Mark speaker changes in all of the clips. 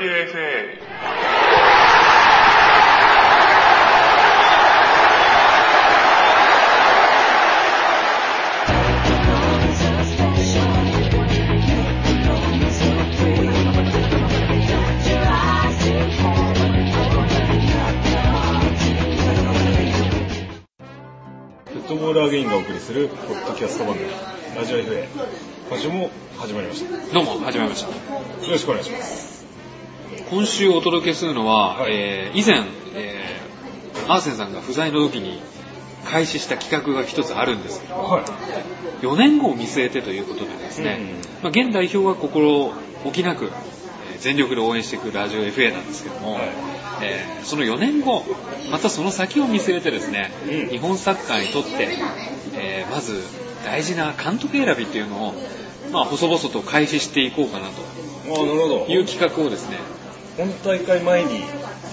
Speaker 1: USA.
Speaker 2: Thank you.
Speaker 3: フットボールアゲインがお送りするポッドキャスト番組ラジオ FA 今週も始まりましたよ
Speaker 4: どうも、はじめました。
Speaker 3: ろしくお願いします
Speaker 4: 今週お届けするのは、
Speaker 3: はい
Speaker 4: えー以前、えーアーセンさんが不在の時に開始した企画が一つあるんですけど、
Speaker 3: は
Speaker 4: 4年後を見据えてということでですね、まあ、現代表は心置きなく、えー全力で応援していくラジオ FA なんですけども、
Speaker 3: はい
Speaker 4: えーその4年後、またその先を見据えてですね、
Speaker 3: うん
Speaker 4: 日本サッカーにとって、えーまず大事な監督選びっていうのを、まあ、細々と開始していこうかなと
Speaker 3: いああなるほど
Speaker 4: いう企画をですね、
Speaker 3: 本大会前に、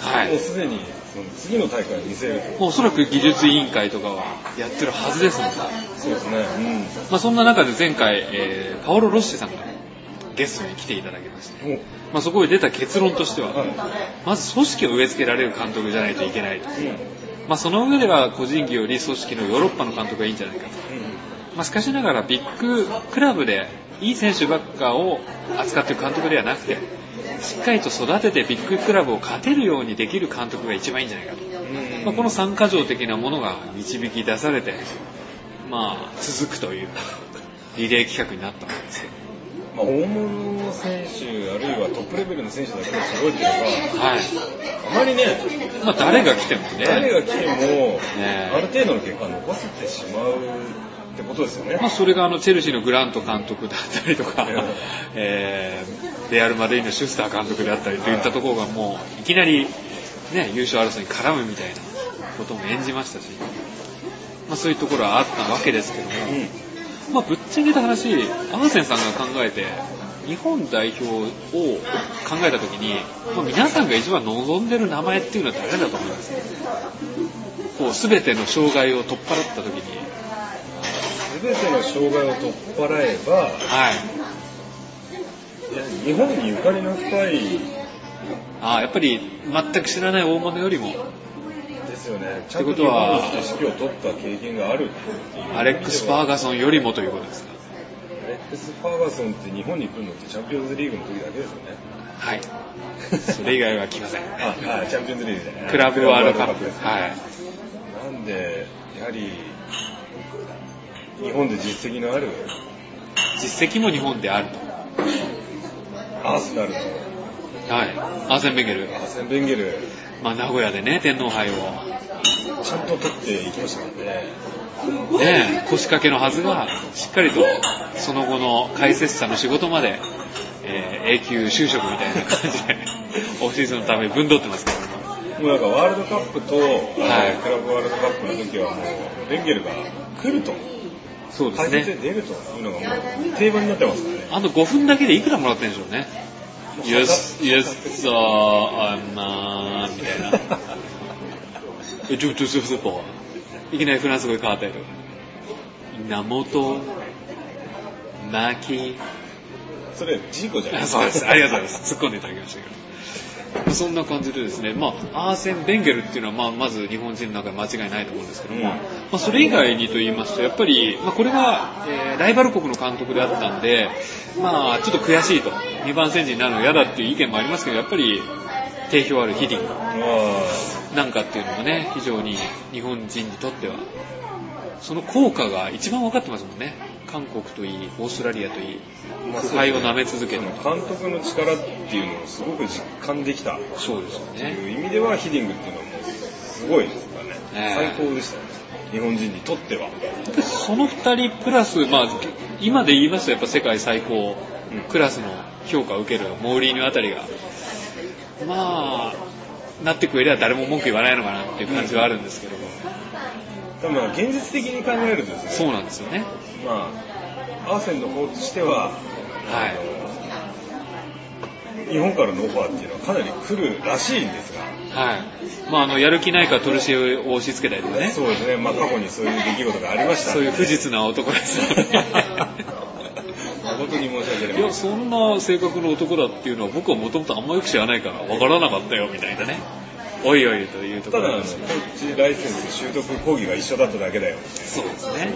Speaker 4: はい
Speaker 3: もうすでにその次の大会を見据える
Speaker 4: おそらく技術委員会とかはやってるはずですので、
Speaker 3: とそうですね
Speaker 4: まあ、そんな中で前回、えーパオロ・ロッシさんがゲストに来ていただきまして、
Speaker 3: うんもう
Speaker 4: まあ、そこで出た結論としては、
Speaker 3: は
Speaker 4: まず組織を植え付けられる監督じゃないといけないと、
Speaker 3: うんうん
Speaker 4: まあ、その上では個人技より組織のヨーロッパの監督がいいんじゃないかと、まあ、しかしながらビッグクラブでいい選手ばっかを扱っている監督ではなくてしっかりと育ててビッグクラブを勝てるようにできる監督が一番いいんじゃないかと。
Speaker 3: うん
Speaker 4: まあ、この三箇条的なものが導き出されて、まあ、続くというリレー企画になったわけですよ。
Speaker 3: まあ、大物の選手あるいはトップレベルの選手だけが揃えてれ
Speaker 4: はい。
Speaker 3: ばあまりね
Speaker 4: まあ、誰が来てもね、
Speaker 3: 誰が来ても、
Speaker 4: え
Speaker 3: ある程度の結果を残せてしまうってことですよね、
Speaker 4: まあ、それがあのチェルシーのグラント監督だったりとか
Speaker 3: え、
Speaker 4: えーレアル・マドリードのシュスター監督だったりといったところがもういきなり、ね、優勝争いに絡むみたいなことも演じましたし、まあ、そういうところはあったわけですけども、
Speaker 3: う
Speaker 4: まあ、ぶっちゃけた話、アーセンさんが考えて、日本代表を考えたときに、まあ皆さんが一番望んでる名前っていうのは誰だと思いますこう、すべての障害を取っ払ったときに、
Speaker 3: ん、全ての障害を取っ払えば
Speaker 4: はい。
Speaker 3: いや日本にゆかりの深い
Speaker 4: ああ、やっぱり全く知らない大物よりも、
Speaker 3: ですよねち
Speaker 4: っ
Speaker 3: ゃん
Speaker 4: てこと
Speaker 3: と日本
Speaker 4: は
Speaker 3: として指揮を取った経験があるっていう
Speaker 4: アレックス・ファーガソンよりもということですか。
Speaker 3: アレックス・ファーガソンって日本に来るのってチャンピオンズリーグの時だけですよね
Speaker 4: はい。それ以外は来ま せん。
Speaker 3: ああチャンピオンズリーグじゃない
Speaker 4: クラブワールドカップ。
Speaker 3: です
Speaker 4: はい。
Speaker 3: なんでやはり日本で実績のある
Speaker 4: 実績も日本であると。
Speaker 3: アーセナルと
Speaker 4: はい。アーセン・ベンゲル。
Speaker 3: アーセン・ベンゲル
Speaker 4: まあ、名古屋でね、天皇杯を。
Speaker 3: ちゃんと取っていきましたからね
Speaker 4: ねえ、腰掛けのはずが、しっかりと、その後の解説者の仕事まで、えー永久就職みたいな感じで、オフシーズンのためにぶんどってますけども。
Speaker 3: もうなんかワールドカップと、
Speaker 4: はい
Speaker 3: クラブワールドカップの時はもうベンゲルが来ると
Speaker 4: そうで
Speaker 3: 解
Speaker 4: す
Speaker 3: 説で
Speaker 4: ね。
Speaker 3: 出るというのがもう定番になってますから ね
Speaker 4: あと5分だけでいくらもらってるんでしょうね。Yes, yes, uh, I'm, uh, みたいな。えちょ、ちょ、ちょ、スーパー。いきなりフランス語で変わったりとか。稲本、牧、
Speaker 3: それジーコじゃない
Speaker 4: あ そうです。ありがとうございます。突っ込んでいただきましたけど。そんな感じでですね、まあ、アーセン・ベンゲルっていうのは、まあ、まず日本人の中で間違いないと思うんですけども、
Speaker 3: うん
Speaker 4: まあ、それ以外にと言いますと、やっぱり、まあ、これが、えーライバル国の監督であったんで、まあ、ちょっと悔しいと、2番戦時になるの嫌だっていう意見もありますけど、やっぱり、定評あるヒディング
Speaker 3: あ
Speaker 4: なんかっていうのもね、非常に日本人にとっては、その効果が一番分かってますもんね。韓国といい、オーストラリアといい、
Speaker 3: まあ
Speaker 4: 腐敗を舐め続け
Speaker 3: ー
Speaker 4: てる
Speaker 3: 監督の力っていうのをすごく実感できたっ
Speaker 4: そうですよ
Speaker 3: て
Speaker 4: ね。
Speaker 3: いう意味ではヒディングっていうのはもうすごいですからね、
Speaker 4: ええ
Speaker 3: 最高でしたよね日本人にとっては
Speaker 4: その二人プラス、まあ、今で言いますとやっぱ世界最高クラスの評価を受けるモーリーニョあたりが、まあ、なってくれれば誰も文句言わないのかなっていう感じはあるんですけど、
Speaker 3: でも現実的に考えるとですね
Speaker 4: そうなんですよね。
Speaker 3: まあ、アーセンの方として
Speaker 4: は
Speaker 3: は、日本からのオファーっていうのはかなり来るらしいんですが、
Speaker 4: い。はい。まあ、あの、やる気ないからトルシエを押し付けたりとかね。
Speaker 3: そうですね、 まあ、過去にそういう出来事がありました
Speaker 4: そういう不実な男です。
Speaker 3: あ本当に申し訳な い
Speaker 4: いや、そんな性格の男だっていうのは僕はもともとあんまよく知らないから分からなかったよみたいなね。おいおいというとこ
Speaker 3: た
Speaker 4: ろ
Speaker 3: だ
Speaker 4: な
Speaker 3: の
Speaker 4: ん
Speaker 3: こ
Speaker 4: ですけど
Speaker 3: っちライセンス習得講義が一緒だっただけだよ
Speaker 4: そうですね。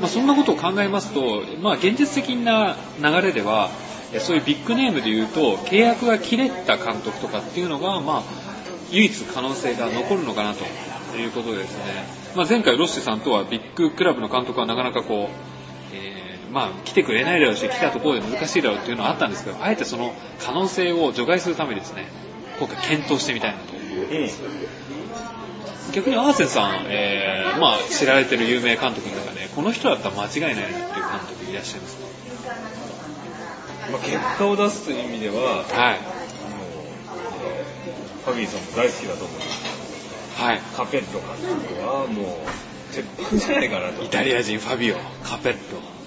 Speaker 4: まあ、そんなことを考えますと、まあ、現実的な流れでは、いやそういうビッグネームで言うと、契約が切れた監督とかっていうのが、まあ、唯一可能性が残るのかなということですね。まあ、前回ロッシュさんとはビッグクラブの監督はなかなかこう、えーまあ、来てくれないだろうし、来たところで難しいだろうっていうのはあったんですけど、あえてその可能性を除外するためにですね、今回検討してみたいなと
Speaker 3: うん
Speaker 4: 逆にアーセンさん、えーまあ、知られてる有名監督の中でこの人だったら間違いないなっていう監督いらっしゃいますか
Speaker 3: まあ、結果を出すという意味で
Speaker 4: は
Speaker 3: は
Speaker 4: い
Speaker 3: あのファビーさんも大好きだと思うんです
Speaker 4: はい
Speaker 3: カペット監督はもう鉄板じゃないかなと
Speaker 4: イタリア人ファビオカペット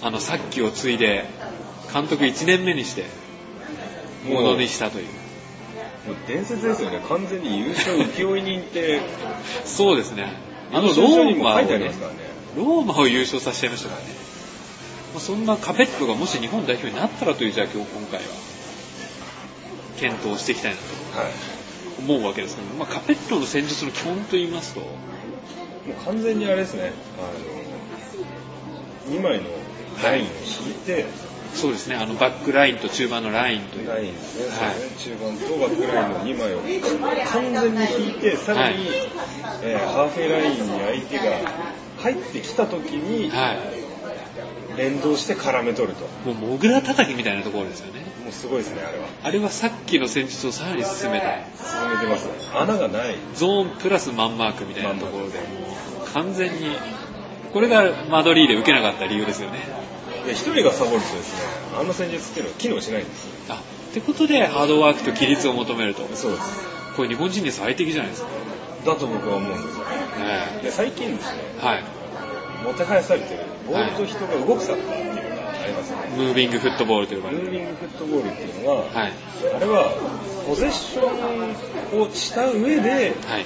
Speaker 4: あのさっきを継いで監督1年目にしてものにしたという
Speaker 3: もう伝説ですよね完全に優勝請負人って
Speaker 4: そうですねあのロ
Speaker 3: 優勝者
Speaker 4: ー
Speaker 3: にも
Speaker 4: マを、
Speaker 3: 書いてあり
Speaker 4: ね
Speaker 3: ますからね、
Speaker 4: ローマを優勝させちゃいましたからねまあそんなカペットがもし日本代表になったらというじゃあ今日今回は検討していきたいなと
Speaker 3: はい
Speaker 4: 思うわけですけど、まあ、カペットの戦術の基本と言いますと
Speaker 3: もう完全にあれですねあの2枚のラインを引いて、
Speaker 4: そうですね、あのバックラインと中盤のラインという。
Speaker 3: ラインですね、
Speaker 4: はい
Speaker 3: 中盤とバックラインの2枚を完全に引いて、さらに、
Speaker 4: はい
Speaker 3: えーハーフウェイラインに相手が入ってきた時に、
Speaker 4: はい。
Speaker 3: 連動して絡め取ると、
Speaker 4: もう、モグラ叩きみたいなところですよね。
Speaker 3: もうすごいですね、あれは。
Speaker 4: あれはさっきの戦術をさらに進めた。
Speaker 3: 進めてますね。穴がない。
Speaker 4: ゾーンプラスマンマークみたいなところで、もう完全に、これがマドリーで受けなかった理由ですよね。
Speaker 3: で、一人がサボるとですね、あの戦術っていうのは機能しないんですよ。
Speaker 4: あ、ってことで、ハードワークと規律を求めると。
Speaker 3: そうです。
Speaker 4: これ日本人に最適じゃないですか。
Speaker 3: だと僕は思うんですよね。
Speaker 4: ね
Speaker 3: で、最近ですね、
Speaker 4: はい。
Speaker 3: もてはやされてる、ボールと人が動くサッカーっていうのがありますよね。
Speaker 4: ムービングフットボールと呼ばれ
Speaker 3: ム
Speaker 4: る。
Speaker 3: ービングフットボールっていうのは、
Speaker 4: はい。
Speaker 3: あれはポゼッションをした上で
Speaker 4: はい。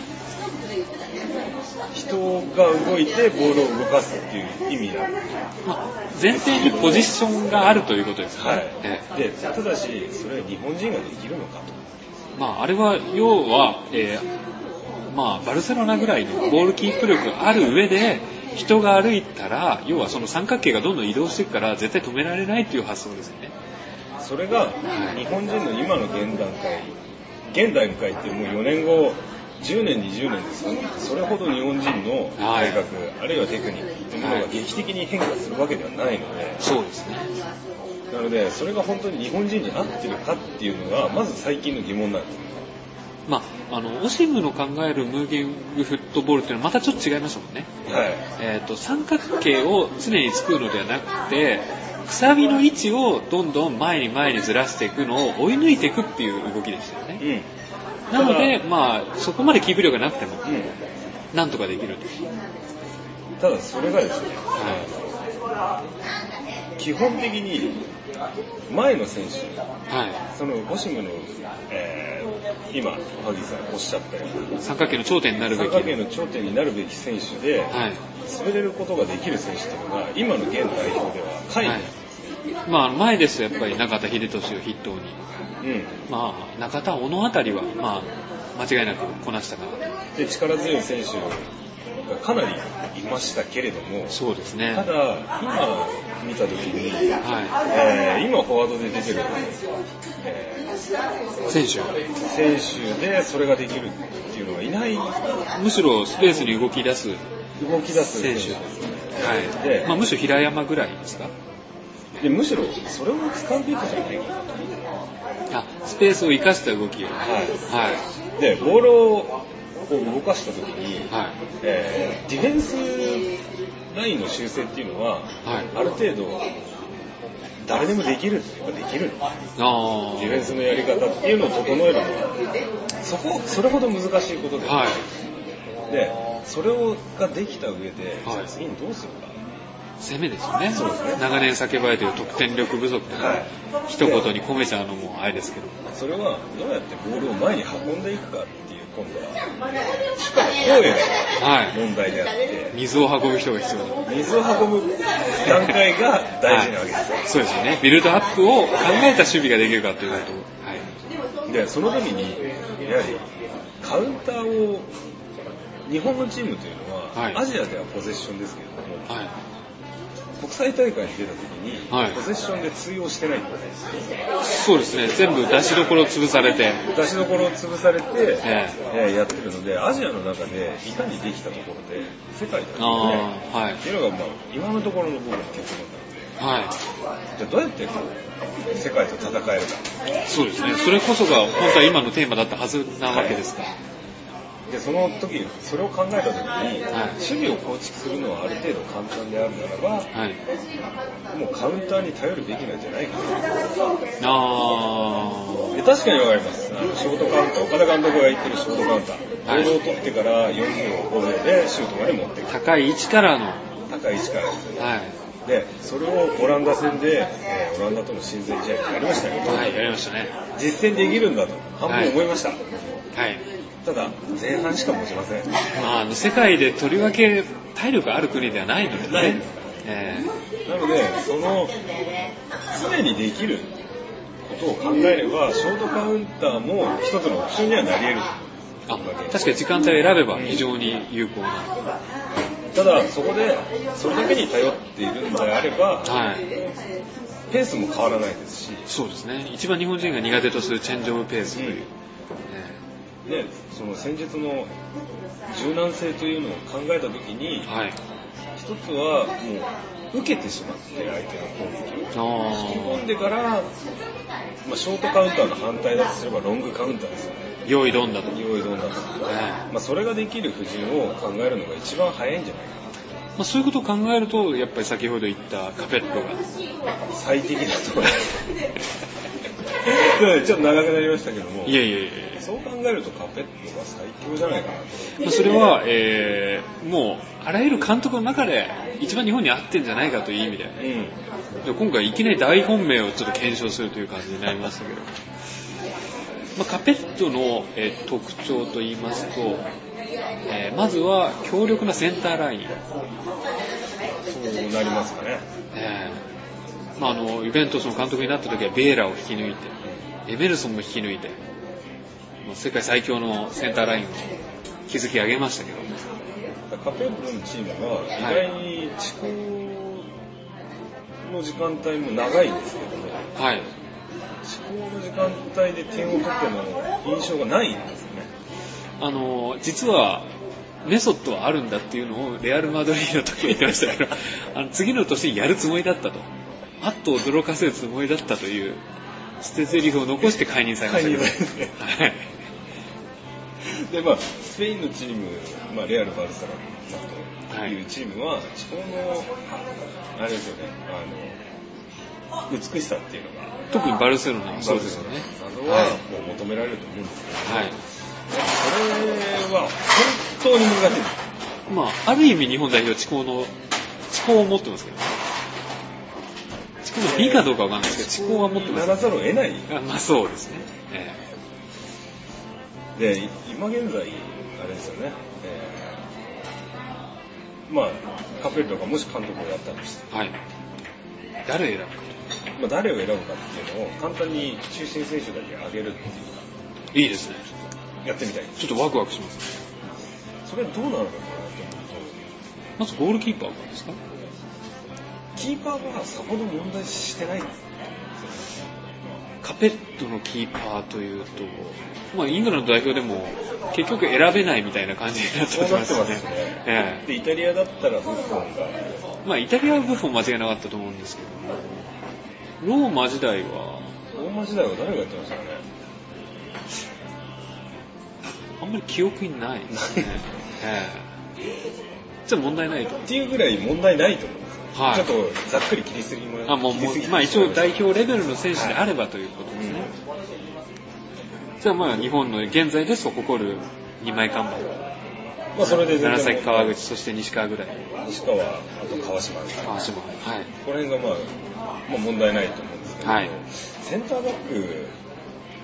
Speaker 3: 人が動いてボールを動かすっていう意味なんですよ
Speaker 4: まあ、前提にポジションがあるということですね。ええ
Speaker 3: でただしそれは日本人ができるのかと
Speaker 4: まあ、あれは要は、えーまあ、バルセロナぐらいのボールキープ力がある上で人が歩いたら要はその三角形がどんどん移動していくから絶対止められないという発想ですよね
Speaker 3: それが日本人の今の現段階現段階ってもう4年後10年20年ですよそれほど日本人の
Speaker 4: はい
Speaker 3: 体格、あるいはテクニックっていうものが劇的に変化するわけではないので、
Speaker 4: そうですね
Speaker 3: なのでそれが本当に日本人に合ってるかっていうのがまず最近の疑問なんです
Speaker 4: まああのオシムの考えるムービングフットボールっていうのはまたちょっと違いましたもんね、
Speaker 3: はい
Speaker 4: えー、と三角形を常に作るのではなくてくさびの位置をどんどん前に前にずらしていくのを追い抜いていくっていう動きでしたよね
Speaker 3: うん
Speaker 4: なので、まあ、そこまでキープ力がなくても
Speaker 3: う
Speaker 4: なんとかできるんです。
Speaker 3: ん、ただそれがですね
Speaker 4: は
Speaker 3: 基本的に前の選手
Speaker 4: い。は
Speaker 3: そのボシムの、えー今萩さんおっしゃったよう
Speaker 4: い。三角形の頂点にな
Speaker 3: な
Speaker 4: るべ
Speaker 3: 三
Speaker 4: き。
Speaker 3: 角形の頂点になるべき選手で、
Speaker 4: はい。
Speaker 3: 滑れることができる選手っていうのが今の現代表では海
Speaker 4: は
Speaker 3: 外
Speaker 4: い、。まあ、前ですとやっぱり中田秀俊を筆頭に、
Speaker 3: う
Speaker 4: まあ、中田、小野あたりは、まあ、間違いなくこなしたかなと。
Speaker 3: ん、で力強い選手がかなりいましたけれども
Speaker 4: そうですね。
Speaker 3: た
Speaker 4: は
Speaker 3: だ今見た時に、
Speaker 4: い。
Speaker 3: えー今フォワードで出てる、え
Speaker 4: 選手は
Speaker 3: ー選手でそれができるっていうのがいない
Speaker 4: むしろスペースに動き出す
Speaker 3: 動き出す
Speaker 4: 選手
Speaker 3: 選手
Speaker 4: は
Speaker 3: で
Speaker 4: い。まあ、むしろ平山ぐらいですか
Speaker 3: でむしろそれを使うべきじゃないかなと、
Speaker 4: あ、スペースを生かした動きを。は。
Speaker 3: はいい、でボールをこう動かした時に、
Speaker 4: はい。
Speaker 3: えーディフェンスラインの修正っていうのは、
Speaker 4: はい
Speaker 3: ある程度誰でもできるっていうかできる
Speaker 4: あ
Speaker 3: ディフェン
Speaker 4: ー
Speaker 3: スのやり方っていうのを整えるのはそこそれほど難しいことで,、
Speaker 4: はい。
Speaker 3: でそれをができた上で、
Speaker 4: はい
Speaker 3: じゃあ次にどうするか
Speaker 4: 攻めですよね
Speaker 3: そうですね
Speaker 4: 長年叫ばれている得点力不足が、
Speaker 3: はい
Speaker 4: 一言に込めちゃうのもあれですけど
Speaker 3: それはどうやってボールを前に運んでいくかっていう今度は声
Speaker 4: はい
Speaker 3: の問題であって
Speaker 4: 水を運ぶ人が必要だ
Speaker 3: 水を運ぶ段階が大事なわけですよ
Speaker 4: そうですよねビルドアップを考えた守備ができるかということはい
Speaker 3: でその時にやはりカウンターを日本のチームというのは、
Speaker 4: はい
Speaker 3: アジアではポゼッションですけれども、
Speaker 4: はい
Speaker 3: 国際大会に出た時に、
Speaker 4: はい
Speaker 3: ポゼッションで通用してないんです
Speaker 4: そうですね全部出しどころを潰されて
Speaker 3: 出しどころを潰されて、
Speaker 4: え
Speaker 3: えーやってるのでアジアの中でいかにできたところで世界だ
Speaker 4: あ
Speaker 3: とね
Speaker 4: あはい
Speaker 3: っていうのが、まあ、今のところの僕の結論なので
Speaker 4: はい
Speaker 3: じゃあどうやってこう世界と戦えるか
Speaker 4: そうですね。それこそが本当は今のテーマだったはずなわけですから。
Speaker 3: でその時それを考えた時に、
Speaker 4: はい
Speaker 3: 守備を構築するのはある程度簡単であるならば、
Speaker 4: はい。
Speaker 3: もうカウンターに頼るべきなんじゃないかな
Speaker 4: あ
Speaker 3: で確かにわかりますあのショートカウンター岡田監督が言ってるショートカウンター、
Speaker 4: はい
Speaker 3: ボールを取ってから45秒でシュートまで持ってい
Speaker 4: ー、
Speaker 3: く
Speaker 4: 高い位置からの、
Speaker 3: 高い位置からですね
Speaker 4: はい。
Speaker 3: でそれをオランダ戦で、えーオランダとの親善試合がありましたけど、
Speaker 4: はい、やりましたね。
Speaker 3: 実践できるんだと半分思いました、
Speaker 4: はい。
Speaker 3: ただ前半しか持ちません
Speaker 4: まあ、あの、世界でとりわけ体力ある国ではないので
Speaker 3: ない
Speaker 4: ね。え
Speaker 3: なので、その、常にできることを考えれば、ショートカウンターも一つのオプションにはなり得る。
Speaker 4: ーあ、確かに時間帯を選べば非常に有効な。は
Speaker 3: ただ、そこで、それだけに頼っているのであれば、
Speaker 4: い。
Speaker 3: ペースも変わらないですし、
Speaker 4: そうですね。一番日本人が苦手とするチェンジオブペースという。
Speaker 3: ね、その戦術の柔軟性というのを考えたときに
Speaker 4: えー、はい。
Speaker 3: 一つはもう、受けてしまって、相手の攻撃を。
Speaker 4: あー
Speaker 3: 飛んでから、まあ、ショートカウンターの反対だとすれば、ロングカウンターですよね。
Speaker 4: 用意どんだと。え
Speaker 3: 用意どんだと。
Speaker 4: ー
Speaker 3: まあ、それができる布陣を考えるのが一番早いんじゃないか
Speaker 4: まあ、そういうことを考えると、やっぱり先ほど言ったカペッロが、
Speaker 3: な最適だと思いま すちょっと長くなりましたけども
Speaker 4: いやいやいやいや
Speaker 3: そう考えるとカペットが最強じゃないかなと
Speaker 4: まあ、それは、えーもうあらゆる監督の中で一番日本に合ってんじゃないかという意味で
Speaker 3: うん
Speaker 4: で今回いきなり大本命をちょっと検証するという感じになりましたけど、まあ、カペットの、えー特徴と言いますと、えーまずは強力なセンターライン、
Speaker 3: そうなりますかね
Speaker 4: えーまあ、あのユベントスの監督になった時はベーラを引き抜いてエメルソンも引き抜いて、まあ世界最強のセンターラインを築き上げましたけど、
Speaker 3: だからカペットのチームは意外に地高の時間帯も長いんですけども
Speaker 4: はい、
Speaker 3: 地高の時間帯で点を取っても印象がないんですよね
Speaker 4: あの実はメソッドはあるんだっていうのをレアル・マドリードの時に言ってましたけ どあの次の年にやるつもりだったとあっと驚かせるつもりだったという捨て台詞を残して解任されま
Speaker 3: 解任
Speaker 4: し
Speaker 3: され
Speaker 4: たけど、はい、
Speaker 3: でまあ、スペインのチーム、まあ、レアル・バルサだと
Speaker 4: はいいう
Speaker 3: チームは、地方の、あれですよね、あの、美しさっていうのが、
Speaker 4: 特にバルセロナはそうですよね
Speaker 3: バルセロナ
Speaker 4: はい
Speaker 3: などはもう求められると思うんですけど、
Speaker 4: はい
Speaker 3: それは本当に難しいです。
Speaker 4: まあ、ある意味日本代表、地高の、地高を持ってますけどね。地高の美かどうかわかんないですけど、地高は持ってま
Speaker 3: な
Speaker 4: す、
Speaker 3: らざるを得ない。
Speaker 4: あまあそうですね。え
Speaker 3: で、い今現在、あれですよね、えーまあ、カペルとかもし監督をやったとして、
Speaker 4: えはい。誰を選ぶか
Speaker 3: まあ、誰を選ぶかっていうのを簡単に中心選手だけ上げるっていう、
Speaker 4: と。いいですね。
Speaker 3: やってみたい。
Speaker 4: ちょっとワクワクしますね。
Speaker 3: それどうなるのかなと思
Speaker 4: まずゴールキーパーからですか
Speaker 3: うと、キーパーがさほど問題してないんです
Speaker 4: カペットのキーパーというと、まあイングランド代表でも結局選べないみたいな感じになって
Speaker 3: そうなってますよね。
Speaker 4: ええ
Speaker 3: で、イタリアだったらブッフォンが、
Speaker 4: まあイタリアはブッフォン間違いなかったと思うんですけども、ローマ時代は、
Speaker 3: ローマ時代は誰がやってましたかね。
Speaker 4: あんまり記憶にないですね。ええ。じゃあ問題ないと。
Speaker 3: っていうぐらい問題ないと思うんですよ
Speaker 4: はい
Speaker 3: ちょっとざっくり切りすぎも
Speaker 4: あもうもうまあ、一応代表レベルの選手であればということですね。じゃあまあ日本の現在ですと誇る2枚看板。
Speaker 3: まあそれで全然
Speaker 4: 楢崎、川口、そして西川ぐらい、
Speaker 3: 西川、あと川島、
Speaker 4: 川島、はい、
Speaker 3: この辺が、まあ、まあ問題ないと思うんですけど、
Speaker 4: はい
Speaker 3: センターバッ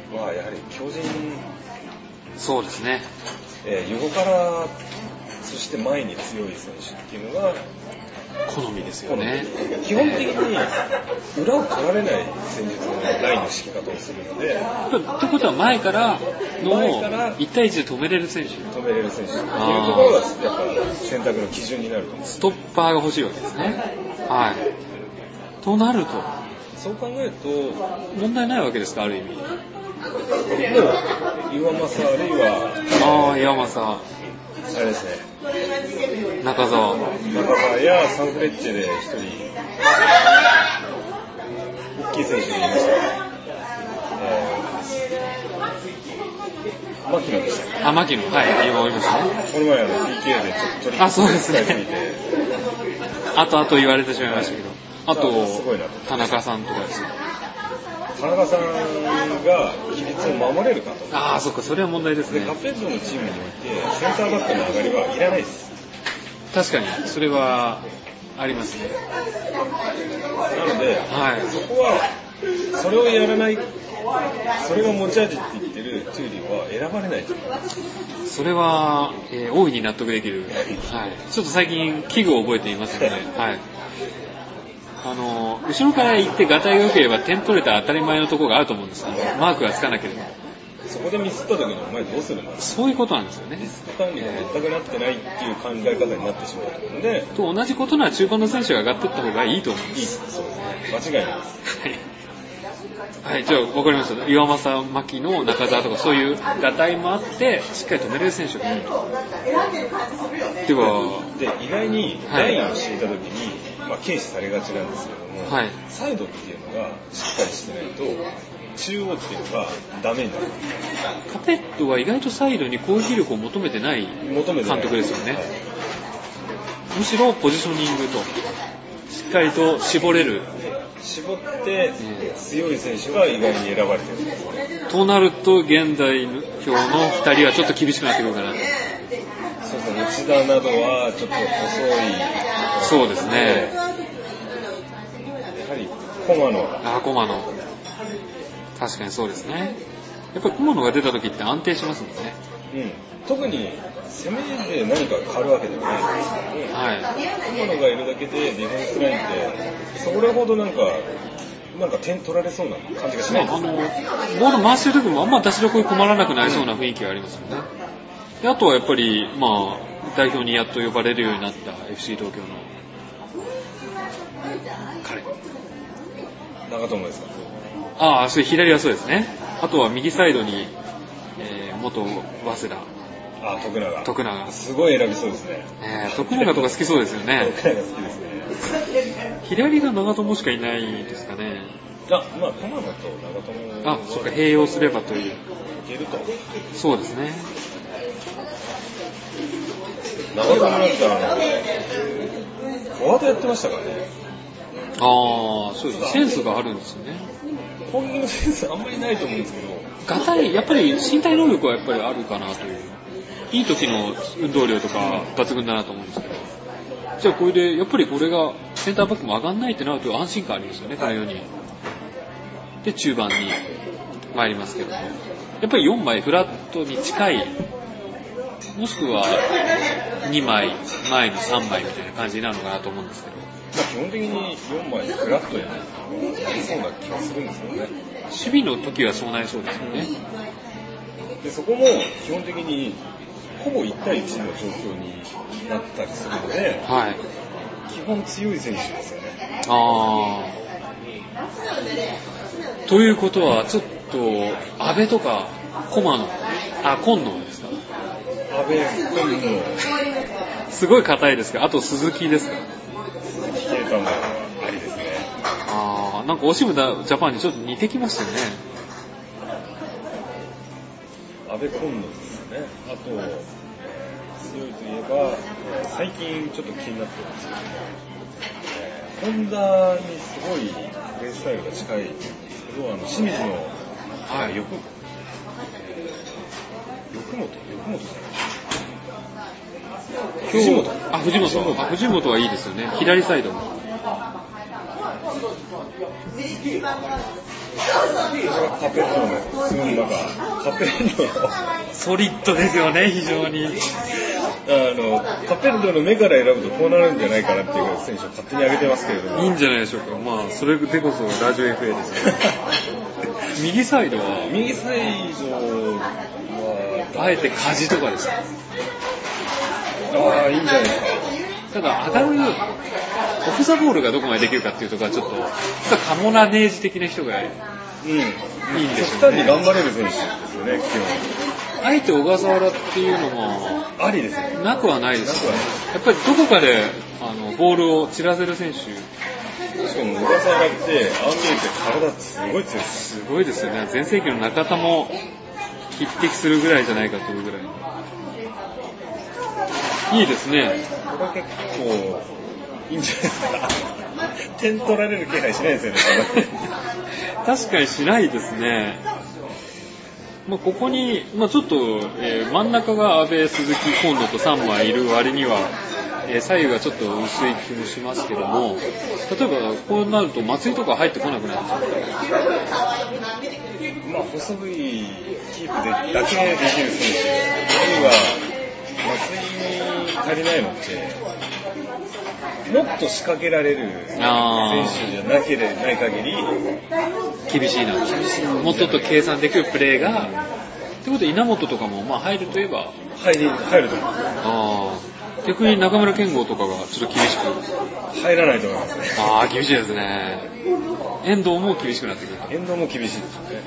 Speaker 3: クはやはり強靭、
Speaker 4: そうですね、
Speaker 3: えー横からそして前に強い選手っていうのが
Speaker 4: 好みですよね。
Speaker 3: 基本的
Speaker 4: ええ
Speaker 3: に裏を取られない戦術のラインの敷き方をするので
Speaker 4: ということは前からの
Speaker 3: 前から
Speaker 4: 1対1で止めれる選手
Speaker 3: 止めれる選手っていうところがやっぱ選択の基準になると思う
Speaker 4: ストッパーが欲しいわけですねはいとなると
Speaker 3: そう考えるとも
Speaker 4: 問題ないわけですかある意味
Speaker 3: う岩政あるいは
Speaker 4: ああ岩政
Speaker 3: あれですね
Speaker 4: 中澤
Speaker 3: 中澤やサンフレッチェで一人大きい選手がいましたえー牧野でした
Speaker 4: あ牧野はい今追いましたね
Speaker 3: この前あの PK でちょっと取り
Speaker 4: あそうですね
Speaker 3: 返してみて
Speaker 4: あとあと言われてしまいましたけどあ
Speaker 3: あすごいな
Speaker 4: と田中さんとかですね
Speaker 3: 田中さんが規律を守れるかと。
Speaker 4: ああそっかそれは問題です
Speaker 3: で、
Speaker 4: ね
Speaker 3: カペットのチームにおいて、センターバックの上がりはいらないです。
Speaker 4: 確かにそれはありますね
Speaker 3: なので、
Speaker 4: はい
Speaker 3: そこは、それをやらない、それが持ち味って言ってるトゥーリーは選ばれないと思います。
Speaker 4: それは、えー大いに納得できる、はい、ちょっと最近器具を覚えていますので、はい、あのー後ろから行ってがたいが良ければ点取れた当たり前のところがあると思うんですけどマークがつかなければ
Speaker 3: そこでミスった時にお前どうするんだ
Speaker 4: そういうことなんですよね
Speaker 3: リスク管理が全くなってないっていう考え方になってしまうと思うんで、
Speaker 4: と同じことなら中盤の選手が上がっていった方がいいと思いま
Speaker 3: いい、そうですね。間違いないで
Speaker 4: す
Speaker 3: す。
Speaker 4: はい、はい、じゃあ分かりました岩政牧の中澤とかそういうがたいもあってしっかり止めれる選手がいいとでは
Speaker 3: で、意外にラインを敷いた時に、まあ、軽視されがちなんですけれども、
Speaker 4: はい
Speaker 3: サイドっていうのがしっかりしてないと、中央っていうのがダメになる。
Speaker 4: カペットは意外とサイドに攻撃力を求めてない
Speaker 3: 求めてない
Speaker 4: 監督ですよね
Speaker 3: はい
Speaker 4: むしろポジショニングとしっかりと絞れる
Speaker 3: 絞って
Speaker 4: うん
Speaker 3: 強い選手が意外に選ばれてるんですよね。
Speaker 4: となると現代の表の2人はちょっと厳しくなってくるかなと
Speaker 3: そうですね、内田などはちょっと細い。
Speaker 4: そうですね
Speaker 3: やはり、コマの、
Speaker 4: あーコマノ確かにそうですねやっぱりコマノが出た時って安定しますもんね
Speaker 3: うん、特に攻めで何か変わるわけではないですけどね、
Speaker 4: はい
Speaker 3: コマノがいるだけでディフェンスラインって、それほどなんか、なんか点取られそうな感じがし
Speaker 4: ま
Speaker 3: な
Speaker 4: あ
Speaker 3: いです
Speaker 4: あのボール回してる時もあんま出しどこに困らなくなりそうな雰囲気がありますよねであとはやっぱりまあ代表にやっと呼ばれるようになった FC 東京の彼
Speaker 3: 長友ですか
Speaker 4: ああ、それ左はそうですね。あとは右サイドに、えー元早稲田、
Speaker 3: あ、徳永。
Speaker 4: 徳永。
Speaker 3: すごい選びそうですね。
Speaker 4: えー徳永とか好きそうですよね。
Speaker 3: 徳永好きですね。
Speaker 4: 左が長友しかいないですかね。
Speaker 3: あ、まあ、駒野と長友
Speaker 4: あ、そっか、併用すればという。
Speaker 3: いけると。
Speaker 4: そうですね。
Speaker 3: 長友なんてあの、フォワードやってましたからね。
Speaker 4: ああ、そうです。センスがあるんですよね。
Speaker 3: 本人のセンスあんまりないと思うんですけど、
Speaker 4: がたい、やっぱり身体能力はやっぱりあるかなという。いい時の運動量とか抜群だなと思うんですけど。じゃあこれで、やっぱりこれがセンターバックも上がんないってなると安心感ありますよね、このように。で、中盤に参りますけども。やっぱり4枚フラットに近い、もしくは2枚前の3枚みたいな感じになるのかなと思うんですけど。
Speaker 3: まあ、基本的に4枚フラットやないとなりそうな気がするんですよね。
Speaker 4: 守備の時はそうなりそうですよね。
Speaker 3: で、そこも基本的にほぼ1対1の状況になったりするので、
Speaker 4: はい。
Speaker 3: 基本強い選手ですよね。
Speaker 4: ああ。ということは、ちょっと、安倍とか、駒野、あ、今野ですか
Speaker 3: 阿部、今野、
Speaker 4: すごい硬いですかあと鈴木ですか
Speaker 3: 鈴木啓太もありですね。
Speaker 4: ああ、なんかオシムだジャパンにちょっと似てきましたよね。
Speaker 3: 阿部今野ですよね。あと、強いといえば、えー最近ちょっと気になってるんですけども、えーホンダにすごいプレースタイルが近いんですけど、あの清水の、はい、横、えー横本、横本じゃない藤本
Speaker 4: あ、藤本。あ、藤本はいいですよね。左サイドも。
Speaker 3: カペットの、すごいなんか、カペットの、あ
Speaker 4: ソリッドですよね、非常に。
Speaker 3: の、カペットの目から選ぶとこうなるんじゃないかなっていう選手を勝手に挙げてますけれども。
Speaker 4: いいんじゃないでしょうか。まあ、それでこそラジオ FA ですよ。右サイドは、
Speaker 3: 右サイドは、
Speaker 4: あえて舵とかですよ。
Speaker 3: ああ、いいんじゃないですか。
Speaker 4: ただ、上がる、オフザボールがどこまでできるかっていうとこはちょっと、実はカモナネージ的な人が
Speaker 3: うん。
Speaker 4: いいんで
Speaker 3: 極
Speaker 4: すよ
Speaker 3: 端に頑
Speaker 4: ね。
Speaker 3: 張れる選手ですよね、基
Speaker 4: あえて小笠原っていうのも、
Speaker 3: 本。ありですね。
Speaker 4: なくはないですよね
Speaker 3: なくは
Speaker 4: やっぱりどこかで、あの、ボールを散らせる選手、
Speaker 3: しかも小笠原って、ああ見えて体すごい強いです
Speaker 4: すごいですよね。前世紀の中田も匹敵するぐらいじゃないかというぐらい。いいですね。
Speaker 3: から。これ結構、いいんじゃないですか。 点取られる気配しないですよね、
Speaker 4: 確かにしないですね。まあ、ここに、まあ、ちょっと、えー真ん中が安倍、鈴木、今野と3枚いる割には、えー左右がちょっと薄い気もしますけども、例えばこうなると松井とか入ってこなくなっちゃう。
Speaker 3: まあ、細いキープでだけできる選手、あるいは、松井に足りないのって、もっと仕掛けられる選
Speaker 4: あー
Speaker 3: 手じゃなければない限り、
Speaker 4: 厳しいな。もっとと計算できるプレーが、ってことで稲本とかも、まあ、入るといえば、
Speaker 3: 入り入ると思いま
Speaker 4: あー逆に中村健吾とかがちょっと厳しく、
Speaker 3: す。入らないと思いますね。
Speaker 4: ああ、厳しいですね。遠藤も厳しくなってくる。
Speaker 3: 遠藤も厳しいですよね。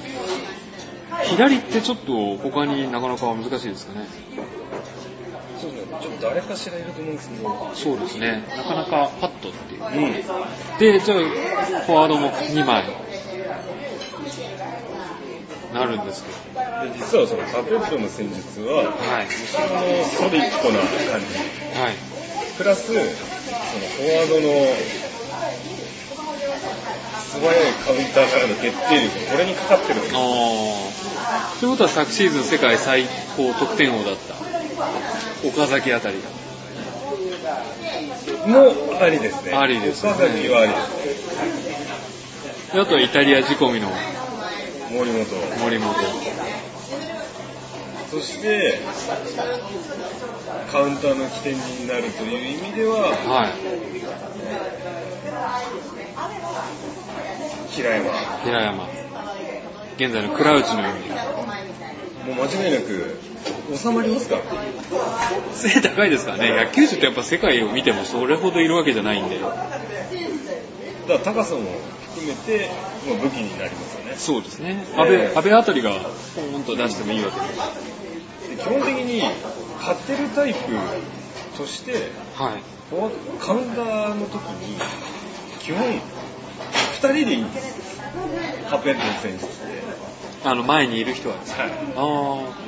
Speaker 4: 左ってちょっと他になかなか難しいですかね。
Speaker 3: そうですね。ちょっと誰かしらいると思うんですけど。う
Speaker 4: そうですね。なかなかパッとっていう。
Speaker 3: ん。
Speaker 4: で、じゃあ、フォワードも2枚。なるんですけど。
Speaker 3: で実はそのカペットの戦術は、
Speaker 4: はい。
Speaker 3: そのソリッドな感じ。
Speaker 4: はい。
Speaker 3: プラス、そのフォワードの素早いカウンターからの決定力、これにかかってるんです。
Speaker 4: ああ。ということは昨シーズン世界最高得点王だった。岡崎あたり
Speaker 3: もありですね。
Speaker 4: ありですね
Speaker 3: 岡崎はありです。
Speaker 4: が。であとはイタリア仕込みの
Speaker 3: 森本。
Speaker 4: 森本。
Speaker 3: そして、カウンターの起点になるという意味では、
Speaker 4: はい。
Speaker 3: 平山。
Speaker 4: 平山。現在のクラウチのように。
Speaker 3: もう間違いなく収まりますから
Speaker 4: 背高いですからね。野球手ってやっぱ世界を見てもそれほどいるわけじゃないんで。
Speaker 3: だから高さも含めて、まあ、武器になりますよね
Speaker 4: そうですね。
Speaker 3: え
Speaker 4: 安
Speaker 3: え
Speaker 4: 倍、安倍あたりが、ポンと出してもいいわけです。
Speaker 3: で基本的に勝てるタイプとして
Speaker 4: はい。
Speaker 3: フォワカウンターの時に基本2人でいいんですカペットの選手って
Speaker 4: あの、前にいる人はですね。
Speaker 3: は
Speaker 4: あ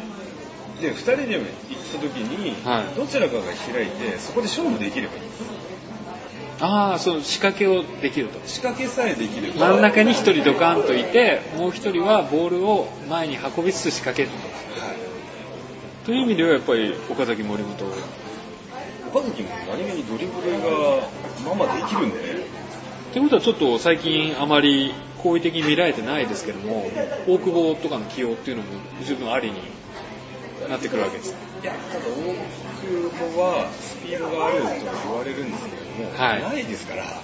Speaker 3: いで2人で行った時に、
Speaker 4: はい
Speaker 3: どちらかが開いてそこで勝負できればいいんです
Speaker 4: あ。ああ、そう、仕掛けをできると。
Speaker 3: 仕掛けさえできれば
Speaker 4: 真ん中に一人ドカンといて、もう一人はボールを前に運びつつ仕掛けると。という意味ではやっぱり岡崎森本。
Speaker 3: 岡崎も何気にドリブルがまあまあできるんでね
Speaker 4: ということはちょっと最近あまり好意的に見られてないですけども、大久保とかの起用っていうのも十分ありになってくるわけです。
Speaker 3: いや、ただ大久保はスピードがあると言われるんですけれども、
Speaker 4: はい
Speaker 3: ないですから、
Speaker 4: はい。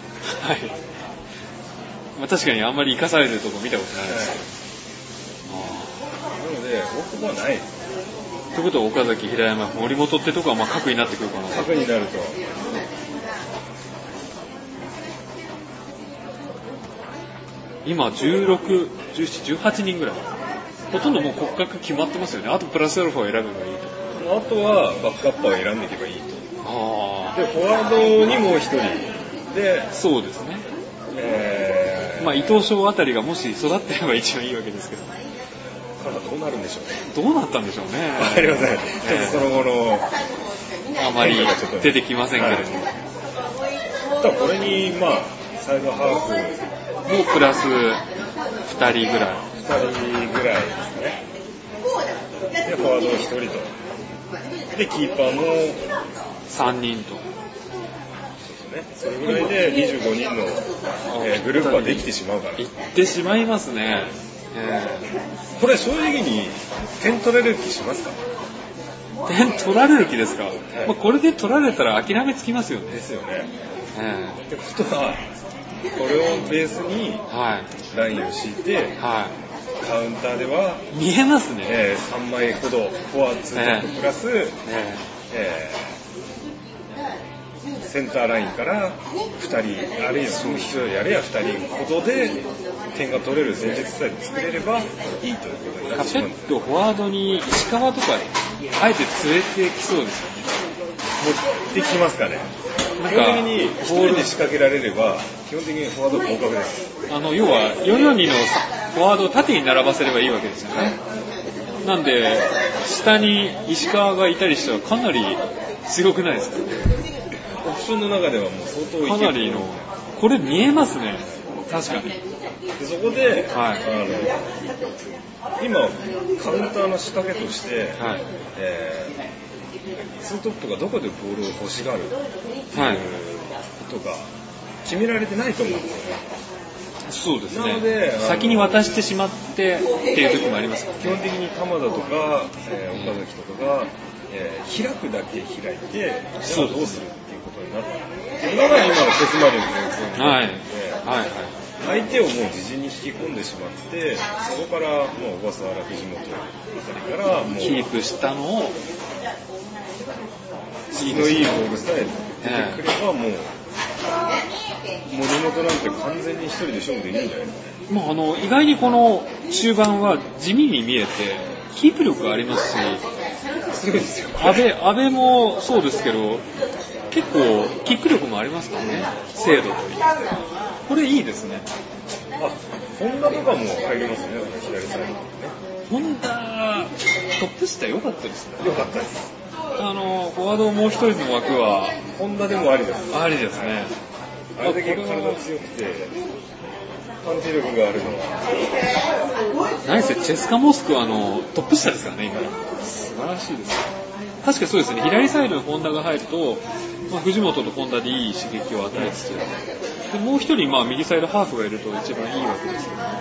Speaker 4: まあ、確かにあんまり生かされてるとこ見たことないです
Speaker 3: なので、大久保はないです。
Speaker 4: けど。ということは岡崎、平山、森本ってとこはまあ核になってくるかなと。
Speaker 3: 核になると。
Speaker 4: 今16、17、18人ぐらい。ほとんどもう骨格決まってますよね。あとプラスアルファを選べばいいと。
Speaker 3: あとはバックアッパーを選んでいけばいいと。
Speaker 4: あ
Speaker 3: で、フォワードにもう一人。で、
Speaker 4: あ。そうですね。
Speaker 3: えー、
Speaker 4: まあ伊藤翔あたりがもし育ってれば一番いいわけですけど。
Speaker 3: からどうなるんでしょうね。
Speaker 4: どうなったんでしょうね。
Speaker 3: わかりません。ちょっとその後の、
Speaker 4: あまり出てきませんけれども。
Speaker 3: ただこれに、まあ、サイドハー
Speaker 4: もうプラス2人ぐらい。
Speaker 3: フ2人ぐらいですね。で、フォワード1人と。で、キーパーも
Speaker 4: 3人と。
Speaker 3: そうですね。それぐらいで25人の、えーグループはできてしまうから。
Speaker 4: 行ってしまいますね。え
Speaker 3: これ正直に点取れる気しますか
Speaker 4: ー点取られる気ですか、まあ、これで取られたら諦めつきますよね。
Speaker 3: ですよね。
Speaker 4: え
Speaker 3: ってことは、これをベースに
Speaker 4: ーはい。
Speaker 3: ラインを敷いて、
Speaker 4: は
Speaker 3: カウンターでは、
Speaker 4: い。見えますね。
Speaker 3: え3枚ほどフォアツートッププラス、
Speaker 4: え
Speaker 3: えーセンターラインから2人、あるいはその人やあるいは2人ほどで点が取れる戦術さえ作れればいいということ
Speaker 4: ー
Speaker 3: にな
Speaker 4: カ
Speaker 3: ってし
Speaker 4: ペ
Speaker 3: まう
Speaker 4: ッ
Speaker 3: んです。
Speaker 4: トフォワードに石川とか、あえて連れてきそうですよね。
Speaker 3: 持ってきますかね。基
Speaker 4: な
Speaker 3: 本
Speaker 4: ん
Speaker 3: 的
Speaker 4: か
Speaker 3: に1人で仕掛けられれば、基本的にフォワード合格です。
Speaker 4: あの、要は、442のフォワードを縦に並ばせればいいわけですよね。なんで、下に石川がいたりしたらかなり強くないですか
Speaker 3: オプションの中ではもう相当いける
Speaker 4: かなりの、これ見えますね。確かに。
Speaker 3: でそこで、
Speaker 4: はい
Speaker 3: あの今カウンターの仕掛けとして、
Speaker 4: はい。
Speaker 3: えーツートップがどこでボールを欲しがる
Speaker 4: はい。
Speaker 3: とか決められてないと思うんですよね
Speaker 4: そうです
Speaker 3: なので
Speaker 4: ね
Speaker 3: あ。の
Speaker 4: 先に渡してしまってっていう時もありますから
Speaker 3: 基本的に鎌田とか、えー岡崎とかが、えー開くだけ開いてじゃ
Speaker 4: そ
Speaker 3: あ
Speaker 4: うですね
Speaker 3: どうするっていうことになったそれが今の手詰まりの状況に
Speaker 4: は。
Speaker 3: ないっ
Speaker 4: はい
Speaker 3: てて、。
Speaker 4: はい。
Speaker 3: 相手をもう自陣に引き込んでしまってそこからもう小笠原藤本あたりからもう
Speaker 4: キープしたのを、
Speaker 3: 気のいいボールさえ出てくればもう、森本なんて完全に一人で勝負できるんじゃないですかね。
Speaker 4: まあ、あの、意外にこの中盤は地味に見えて、キープ力がありますし、
Speaker 3: すごいですよ。
Speaker 4: 安倍、安倍もそうですけど、結構、キック力もありますからね、精度といい。これいいですね。
Speaker 3: あ、本田とかも入りますね、左サイドね。
Speaker 4: ホンダ、トップ下良かったですね。
Speaker 3: よかったです。
Speaker 4: あの、フォワードもう一人の枠は、
Speaker 3: 本田でもありです。
Speaker 4: ありですね。
Speaker 3: あれだけ体強くて、パンチ力があるのは、
Speaker 4: 何せ、チェスカ・モスクはあの、トップ下ですからね、今。素晴らしいですね。確かにそうですね、左サイドにホンダが入ると、まあ、藤本とホンダでいい刺激を与えつつ、でもう一人、まあ、右サイドハーフがいると一番いいわけですけども、ま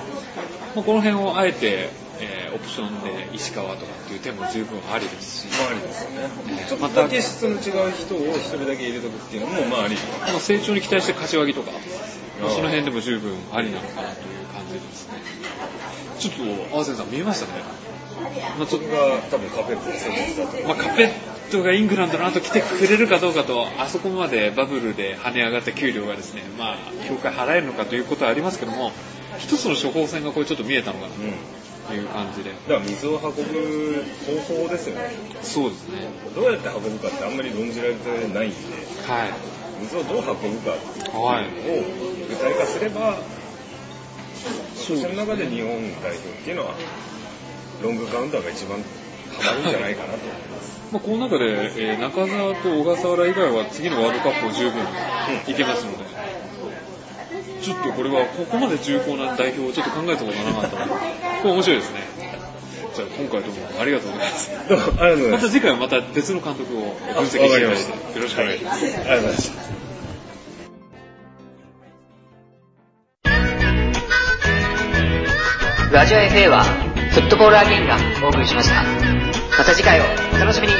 Speaker 4: あ、この辺をあえて、えーオプションで石川とかっていう手も十分ありですし、
Speaker 3: まあありですよね。ちょっとだけ質の違う人を一人だけ入れとくっていうのも、まああり。
Speaker 4: まあ、成長に期待して柏木とか、まあ
Speaker 3: うん
Speaker 4: その辺でも十分ありなのかなという感じですね。ちょっと、合わせさん見えましたね。まあ、ちょ
Speaker 3: そ
Speaker 4: っ
Speaker 3: ことが多分カペットの戦術だと思う。
Speaker 4: まあ、カペットがイングランドの後来てくれるかどうかと、あそこまでバブルで跳ね上がった給料がですね、まあ、協会払えるのかということはありますけども、一つの処方箋がこれちょっと見えたのかな
Speaker 3: うん。
Speaker 4: という感じで。
Speaker 3: だから水を運ぶ方法ですよね。
Speaker 4: そうですね。
Speaker 3: どうやって運ぶかってあんまり論じられてないんで、
Speaker 4: はい。
Speaker 3: 水をどう運ぶかっていう
Speaker 4: はい。
Speaker 3: のを具体化すれば、
Speaker 4: そ
Speaker 3: そう
Speaker 4: です
Speaker 3: の中で日本代表っていうのは、ロングカウンターが一番ハマるんじゃないかなと思います。
Speaker 4: まあ、この中で、えー中澤と小笠原以外は次のワールドカップを十分いけますので、ちょっとこれはここまで重厚な代表をちょっと考えたことがなかったので、これ面白いですね。じゃあ今回ど うもありがとうございます。
Speaker 3: どうもありがとうご
Speaker 4: また
Speaker 3: ざ います。
Speaker 4: 次回はまた別の監督を分析して
Speaker 3: わ
Speaker 4: い
Speaker 3: か
Speaker 4: た
Speaker 3: り
Speaker 4: だ
Speaker 3: ま
Speaker 4: い、
Speaker 3: してた。
Speaker 4: よろしくお願いします。
Speaker 3: ありがとうございました。
Speaker 1: ラジオ FA は、フットボールアゲインがお送りしました。また次回をお楽しみに。